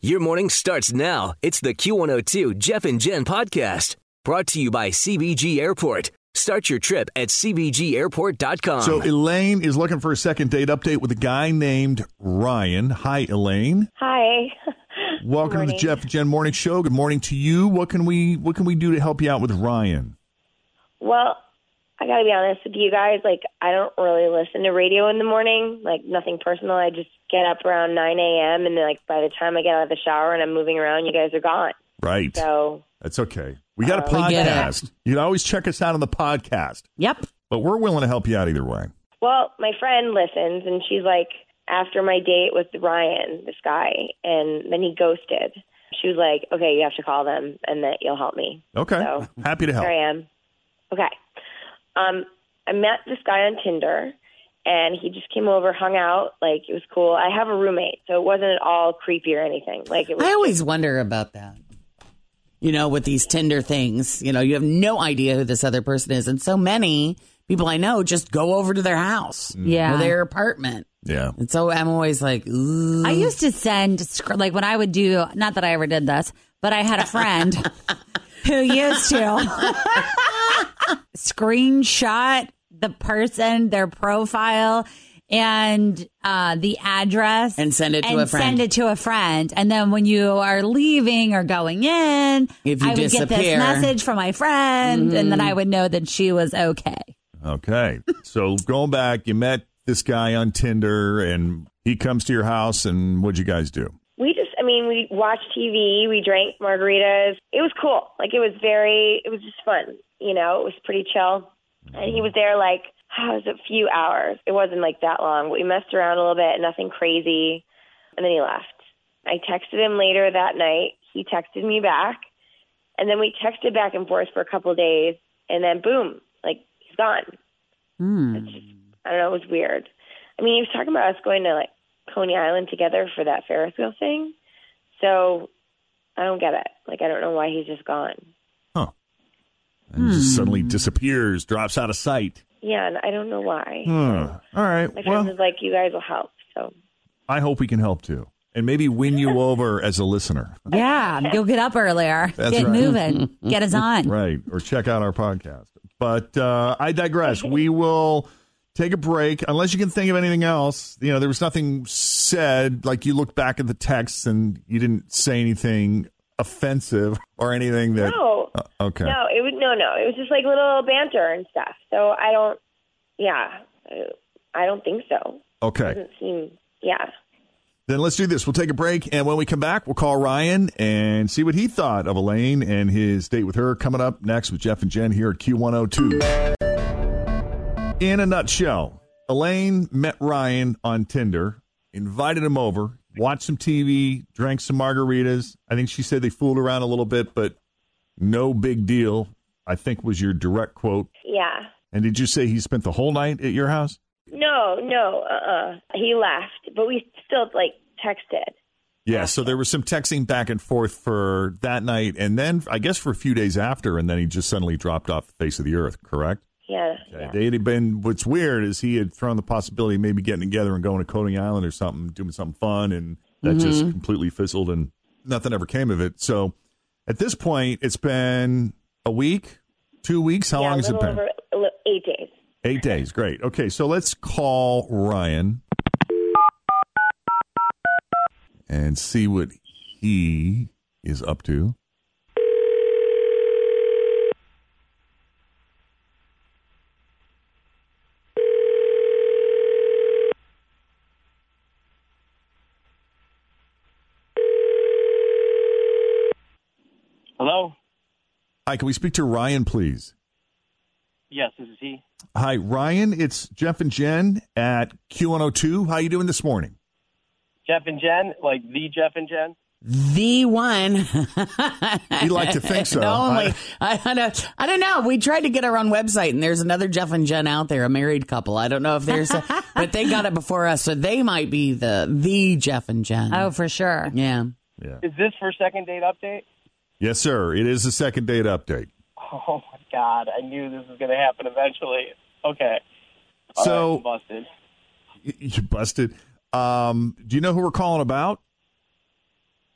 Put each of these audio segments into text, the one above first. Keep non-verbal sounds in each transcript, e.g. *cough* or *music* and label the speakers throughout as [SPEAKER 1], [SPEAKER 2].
[SPEAKER 1] Your morning starts now. It's the Q102 Jeff and Jen podcast brought to you by CBG Airport. Start your trip at CBGAirport.com.
[SPEAKER 2] So Elaine is looking for a second date update with a guy named Ryan. Hi, Elaine.
[SPEAKER 3] Hi. *laughs*
[SPEAKER 2] Welcome to the
[SPEAKER 3] morning.
[SPEAKER 2] Jeff and Jen Morning Show. Good morning to you. What can we What can we do to help you out with Ryan?
[SPEAKER 3] Well, I got to be honest with you guys. Like, I don't really listen to radio in the morning. Like, nothing personal. I just get up around 9 a.m. and, like, by the time I get out of the shower and I'm moving around, you guys are gone.
[SPEAKER 2] Right.
[SPEAKER 3] So,
[SPEAKER 2] That's okay. We got a
[SPEAKER 4] Uh, We get it.
[SPEAKER 2] podcast. You can always check us out on the podcast,
[SPEAKER 4] Yep.
[SPEAKER 2] but we're willing to help you out either way.
[SPEAKER 3] well, my friend listens and she's like, after my date with Ryan, this guy, and then he ghosted. She was like, okay, you have to call them and that you'll help me.
[SPEAKER 2] Okay.
[SPEAKER 4] Oh,
[SPEAKER 3] So-
[SPEAKER 2] Happy to help.
[SPEAKER 3] Here I am. Okay. Um, I met this guy on Tinder, and he just came over, hung out. Like it was cool. I have a roommate, so it wasn't at all creepy or anything. Like it was.
[SPEAKER 4] I always wonder about that. You know, with these Tinder things, you know, you have no idea who this other person is. And so many people I know just go over to their house
[SPEAKER 5] Yeah.
[SPEAKER 4] or their apartment.
[SPEAKER 2] Yeah.
[SPEAKER 4] And so I'm always like, ooh.
[SPEAKER 5] I used to send, scr- like when I would do, not that I ever did this, but I had a friend
[SPEAKER 4] *laughs*
[SPEAKER 5] who used to screenshot the person, their profile, and uh, the address.
[SPEAKER 4] And send it to
[SPEAKER 5] and
[SPEAKER 4] a friend.
[SPEAKER 5] send it to a friend. And then when you are leaving or going in,
[SPEAKER 4] If you
[SPEAKER 5] I would get
[SPEAKER 4] disappear. Mm-hmm.
[SPEAKER 5] this message from my friend, and then I would know that she was okay.
[SPEAKER 2] Okay. so going back, you met this guy on Tinder, and he comes to your house, and what'd you guys do?
[SPEAKER 3] We just, I mean, we watched TV, we drank margaritas. It was cool. Like it was very, it was just fun. You know, it was pretty chill. And he was there like, oh, it was a few hours. It wasn't like that long, but we messed around a little bit, nothing crazy. And then he left. I texted him later that night. He texted me back. And then we texted back and forth for a couple of days. And then boom, like he's gone. It's just, I don't know, it was weird. I mean, he was talking about us going to like Coney Island together for that Ferris wheel thing. So I don't get it. Like, I don't know why he's just gone.
[SPEAKER 2] And he
[SPEAKER 4] Hmm.
[SPEAKER 2] just suddenly disappears, drops out of sight.
[SPEAKER 3] Yeah, and I don't know why.
[SPEAKER 2] Hmm. All right.
[SPEAKER 3] My friend
[SPEAKER 2] well,
[SPEAKER 3] was like, you guys will help. So
[SPEAKER 2] I hope we can help too. And maybe win
[SPEAKER 3] *laughs*
[SPEAKER 2] you over as a listener.
[SPEAKER 5] Yeah, you'll get up earlier,
[SPEAKER 2] That's
[SPEAKER 5] get
[SPEAKER 2] right.
[SPEAKER 5] moving,
[SPEAKER 4] *laughs*
[SPEAKER 5] get us on.
[SPEAKER 2] Right. Or check out our podcast. But uh, I digress. We will take a break. Unless you can think of anything else, you know, there was nothing said. Like you look back at the text and you didn't say anything offensive or anything that.
[SPEAKER 3] no,
[SPEAKER 2] Uh, okay.
[SPEAKER 3] no, it was no, no. It was just like little banter and stuff. So I don't, yeah, I- I don't think so.
[SPEAKER 2] Okay.
[SPEAKER 3] Doesn't seem, yeah.
[SPEAKER 2] Then let's do this. We'll take a break. And when we come back, we'll call Ryan and see what he thought of Elaine and his date with her coming up next with Jeff and Jen here at Q102. In a nutshell, Elaine met Ryan on Tinder, invited him over, watched some TV, drank some margaritas. I think she said they fooled around a little bit, but no big deal, I think was your direct quote.
[SPEAKER 3] Yeah.
[SPEAKER 2] And did you say he spent the whole night at your house?
[SPEAKER 3] No, no, uh-uh. He left, but we still like texted.
[SPEAKER 2] Yeah, so there was some texting back and forth for that night, and then I guess for a few days after, and then he just suddenly dropped off the face of the earth. Correct?
[SPEAKER 3] Yeah.
[SPEAKER 2] Okay. They had been. What's weird is he had thrown the possibility of maybe getting together and going to Coney Island or something, doing something fun, and that
[SPEAKER 3] Mm-hmm.
[SPEAKER 2] just completely fizzled, and nothing ever came of it. So at this point, it's been a week, two weeks. How
[SPEAKER 3] yeah,
[SPEAKER 2] long
[SPEAKER 3] a
[SPEAKER 2] has it
[SPEAKER 3] little
[SPEAKER 2] been?
[SPEAKER 3] Over, a li- eight days.
[SPEAKER 2] Eight days. Great. Okay, so let's call Ryan and see what he is up to. Hi, can we speak to Ryan, please?
[SPEAKER 6] Yes, this is he.
[SPEAKER 2] Hi, Ryan. It's Jeff and Jen at Q102. How you doing this morning?
[SPEAKER 6] Jeff and Jen, like the Jeff and Jen.
[SPEAKER 4] The *laughs* one.
[SPEAKER 2] We like to
[SPEAKER 4] *laughs*
[SPEAKER 2] think so.
[SPEAKER 4] The only,
[SPEAKER 2] I-
[SPEAKER 4] I, I, don't, I don't know. We tried to get our own website, and there's another Jeff and Jen out there, a married couple. I don't know if there's,
[SPEAKER 5] *laughs*
[SPEAKER 4] a, but they got it before us, so they might be the the Jeff and Jen.
[SPEAKER 5] Oh, for sure.
[SPEAKER 4] yeah.
[SPEAKER 2] Yeah.
[SPEAKER 6] Is this for second date update? *laughs*
[SPEAKER 2] Yes, sir. It is the second date update.
[SPEAKER 6] Oh my God! I knew this was going to happen eventually. Okay. All
[SPEAKER 2] So-
[SPEAKER 6] right, I'm busted.
[SPEAKER 2] Y- *laughs* You busted. Um, do you know who we're calling about?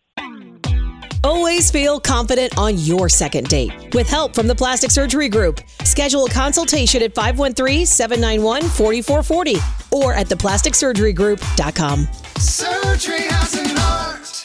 [SPEAKER 2] *laughs*
[SPEAKER 7] Always feel confident on your second date. With help from the Plastic Surgery Group, schedule a consultation at 513-791-4440 or at theplasticsurgerygroup.com.
[SPEAKER 8] Surgery has an art.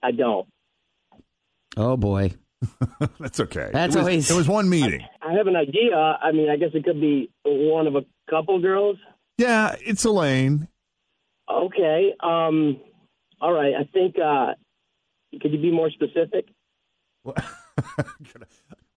[SPEAKER 6] I don't.
[SPEAKER 4] Oh boy.
[SPEAKER 2] That's okay.
[SPEAKER 4] That's
[SPEAKER 2] it was,
[SPEAKER 4] always-
[SPEAKER 2] it was one meeting.
[SPEAKER 6] I have an idea. I mean, I guess it could be one of a couple girls.
[SPEAKER 2] Yeah, it's Elaine.
[SPEAKER 6] Okay. Um. All right. I think. Uh, could you be more specific?
[SPEAKER 2] *laughs*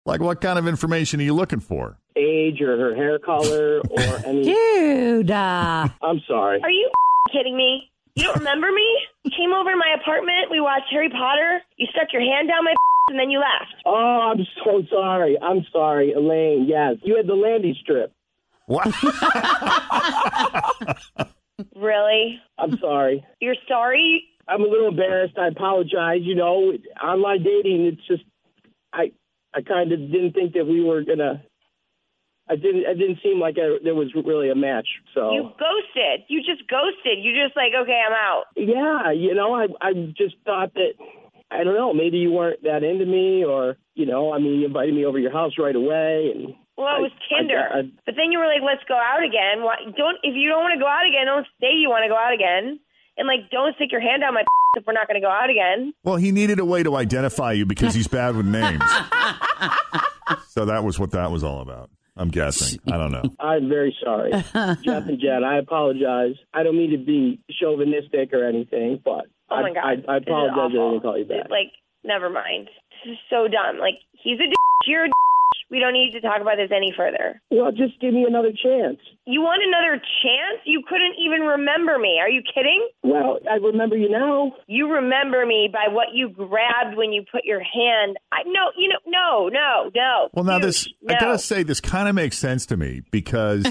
[SPEAKER 2] Like, what kind of information are you looking for?
[SPEAKER 6] Age or her hair color or any?
[SPEAKER 5] Dude. Uh,
[SPEAKER 6] I'm sorry.
[SPEAKER 3] Are you kidding me? You don't remember me? You came over to my apartment. We watched Harry Potter. You stuck your hand down my and then you left.
[SPEAKER 6] Oh, I'm so sorry. I'm sorry, Elaine. Yes, you had the landy strip.
[SPEAKER 2] What? *laughs*
[SPEAKER 3] Really?
[SPEAKER 6] I'm sorry.
[SPEAKER 3] You're sorry?
[SPEAKER 6] I'm a little embarrassed. I apologize. You know, online dating, it's just I I kind of didn't think that we were gonna. I didn't. It didn't seem like I, there was really a match. So
[SPEAKER 3] You ghosted. You just ghosted. You just like, okay, I'm out.
[SPEAKER 6] yeah, you know, I I just thought that I don't know. Maybe you weren't that into me, or you know, I mean, you invited me over to your house right away, and
[SPEAKER 3] Well,
[SPEAKER 6] I-
[SPEAKER 3] it was
[SPEAKER 6] I-
[SPEAKER 3] Tinder.
[SPEAKER 6] I-
[SPEAKER 3] but then you were like, let's go out again. Why, don't if you don't want to go out again, don't say you want to go out again. And like, don't stick your hand down my if we're not going to go out again.
[SPEAKER 2] well, he needed a way to identify you because he's bad with names. so that was what that was all about. I'm guessing. I don't know.
[SPEAKER 6] I'm very
[SPEAKER 3] *laughs*
[SPEAKER 6] sorry, Jeff and Jen. I apologize. I don't mean to be chauvinistic or anything, but
[SPEAKER 3] Oh
[SPEAKER 6] I,
[SPEAKER 3] my god,
[SPEAKER 6] I, I
[SPEAKER 3] This is
[SPEAKER 6] apologize. I
[SPEAKER 3] awful.
[SPEAKER 6] didn't call you back.
[SPEAKER 3] It's like, never mind. This is so dumb. Like, he's a d- you're a d- We don't need to talk about this any further.
[SPEAKER 6] well, just give me another chance.
[SPEAKER 3] You want another chance? You couldn't even remember me. Are you kidding?
[SPEAKER 6] Well, I remember you now.
[SPEAKER 3] You remember me by what you grabbed when you put your hand. I no, you know, no, no, no.
[SPEAKER 2] Well, now
[SPEAKER 3] Dude,
[SPEAKER 2] this,
[SPEAKER 3] no.
[SPEAKER 2] I gotta say, this kind of makes sense to me because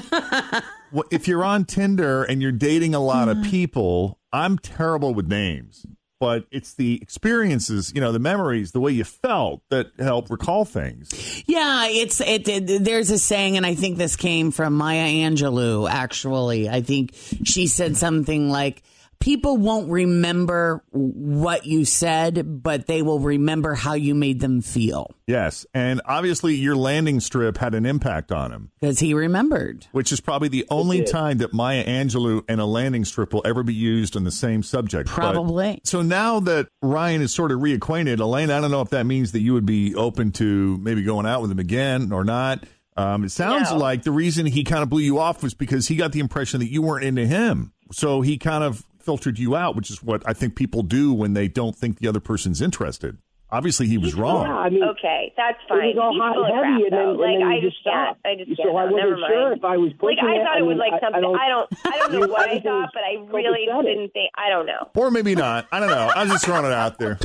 [SPEAKER 2] wh- if you're on Tinder and you're dating a lot of people, I'm terrible with names, but it's the experiences, you know, the memories, the way you felt that help recall things.
[SPEAKER 4] Yeah, it's it, it- There's a saying, and I think this came from Maya Angelou. Actually, I think she said something like, "People won't remember what you said, but they will remember how you made them feel."
[SPEAKER 2] Yes, and obviously your landing strip had an impact on him,
[SPEAKER 4] Because he remembered.
[SPEAKER 2] which is probably the only time that Maya Angelou and a landing strip will ever be used on the same subject. but-
[SPEAKER 4] Probably.
[SPEAKER 2] So now that Ryan is sort of reacquainted, Elaine, I don't know if that means that you would be open to maybe going out with him again or not. Um, it sounds
[SPEAKER 3] No.
[SPEAKER 2] like the reason he kind of blew you off was because he got the impression that you weren't into him. So he kind of filtered you out, which is what I think people do when they don't think the other person's interested. Obviously, he was
[SPEAKER 6] Yeah,
[SPEAKER 2] wrong.
[SPEAKER 6] I mean,
[SPEAKER 3] Okay, that's
[SPEAKER 6] It was
[SPEAKER 3] fine.
[SPEAKER 6] all
[SPEAKER 3] He's
[SPEAKER 6] hot
[SPEAKER 3] full
[SPEAKER 6] and
[SPEAKER 3] of crap,
[SPEAKER 6] heavy, and then-
[SPEAKER 3] though.
[SPEAKER 6] and
[SPEAKER 3] like,
[SPEAKER 6] then you
[SPEAKER 3] I
[SPEAKER 6] just
[SPEAKER 3] can't.
[SPEAKER 6] stopped.
[SPEAKER 3] I just
[SPEAKER 6] So
[SPEAKER 3] can't.
[SPEAKER 6] I wasn't
[SPEAKER 3] Never mind.
[SPEAKER 6] sure if I was
[SPEAKER 3] like,
[SPEAKER 6] pushing
[SPEAKER 3] I
[SPEAKER 6] it.
[SPEAKER 3] thought
[SPEAKER 6] I
[SPEAKER 3] it was
[SPEAKER 6] mean,
[SPEAKER 3] like
[SPEAKER 6] I- I
[SPEAKER 3] something.
[SPEAKER 6] don't-
[SPEAKER 3] I don't. I don't know
[SPEAKER 6] You-
[SPEAKER 3] what I
[SPEAKER 6] everything
[SPEAKER 3] thought,
[SPEAKER 6] was
[SPEAKER 3] but I really
[SPEAKER 6] copacetic.
[SPEAKER 3] didn't think. I don't know.
[SPEAKER 2] Or maybe not. I don't know. I was just throwing it out there.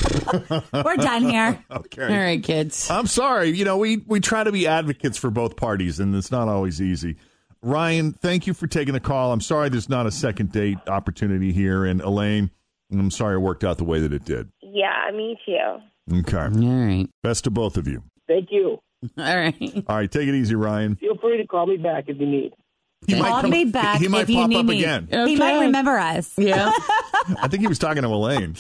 [SPEAKER 5] we're done here.
[SPEAKER 2] *laughs* Okay.
[SPEAKER 4] All right, kids.
[SPEAKER 2] I'm sorry. You know, we, we try to be advocates for both parties, and it's not always easy. Ryan, thank you for taking the call. I'm sorry there's not a second date opportunity here. And Elaine, I'm sorry it worked out the way that it did.
[SPEAKER 3] Yeah, me too.
[SPEAKER 2] Okay.
[SPEAKER 4] All right.
[SPEAKER 2] Best to both of you.
[SPEAKER 6] Thank you.
[SPEAKER 4] All right. *laughs*
[SPEAKER 2] All right. Take it easy, Ryan.
[SPEAKER 6] Feel free to call me back if you need.
[SPEAKER 2] He
[SPEAKER 5] Call me back
[SPEAKER 2] he might
[SPEAKER 5] if you
[SPEAKER 2] pop
[SPEAKER 5] need
[SPEAKER 2] up
[SPEAKER 5] me.
[SPEAKER 2] again.
[SPEAKER 5] He might
[SPEAKER 4] Okay. *laughs*
[SPEAKER 5] remember us.
[SPEAKER 4] Yeah.
[SPEAKER 2] I think he was talking to
[SPEAKER 5] *laughs*
[SPEAKER 2] Elaine.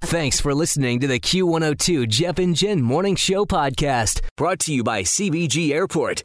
[SPEAKER 1] Thanks for listening to the Q102 Jeff and Jen Morning Show podcast, brought to you by CBG Airport.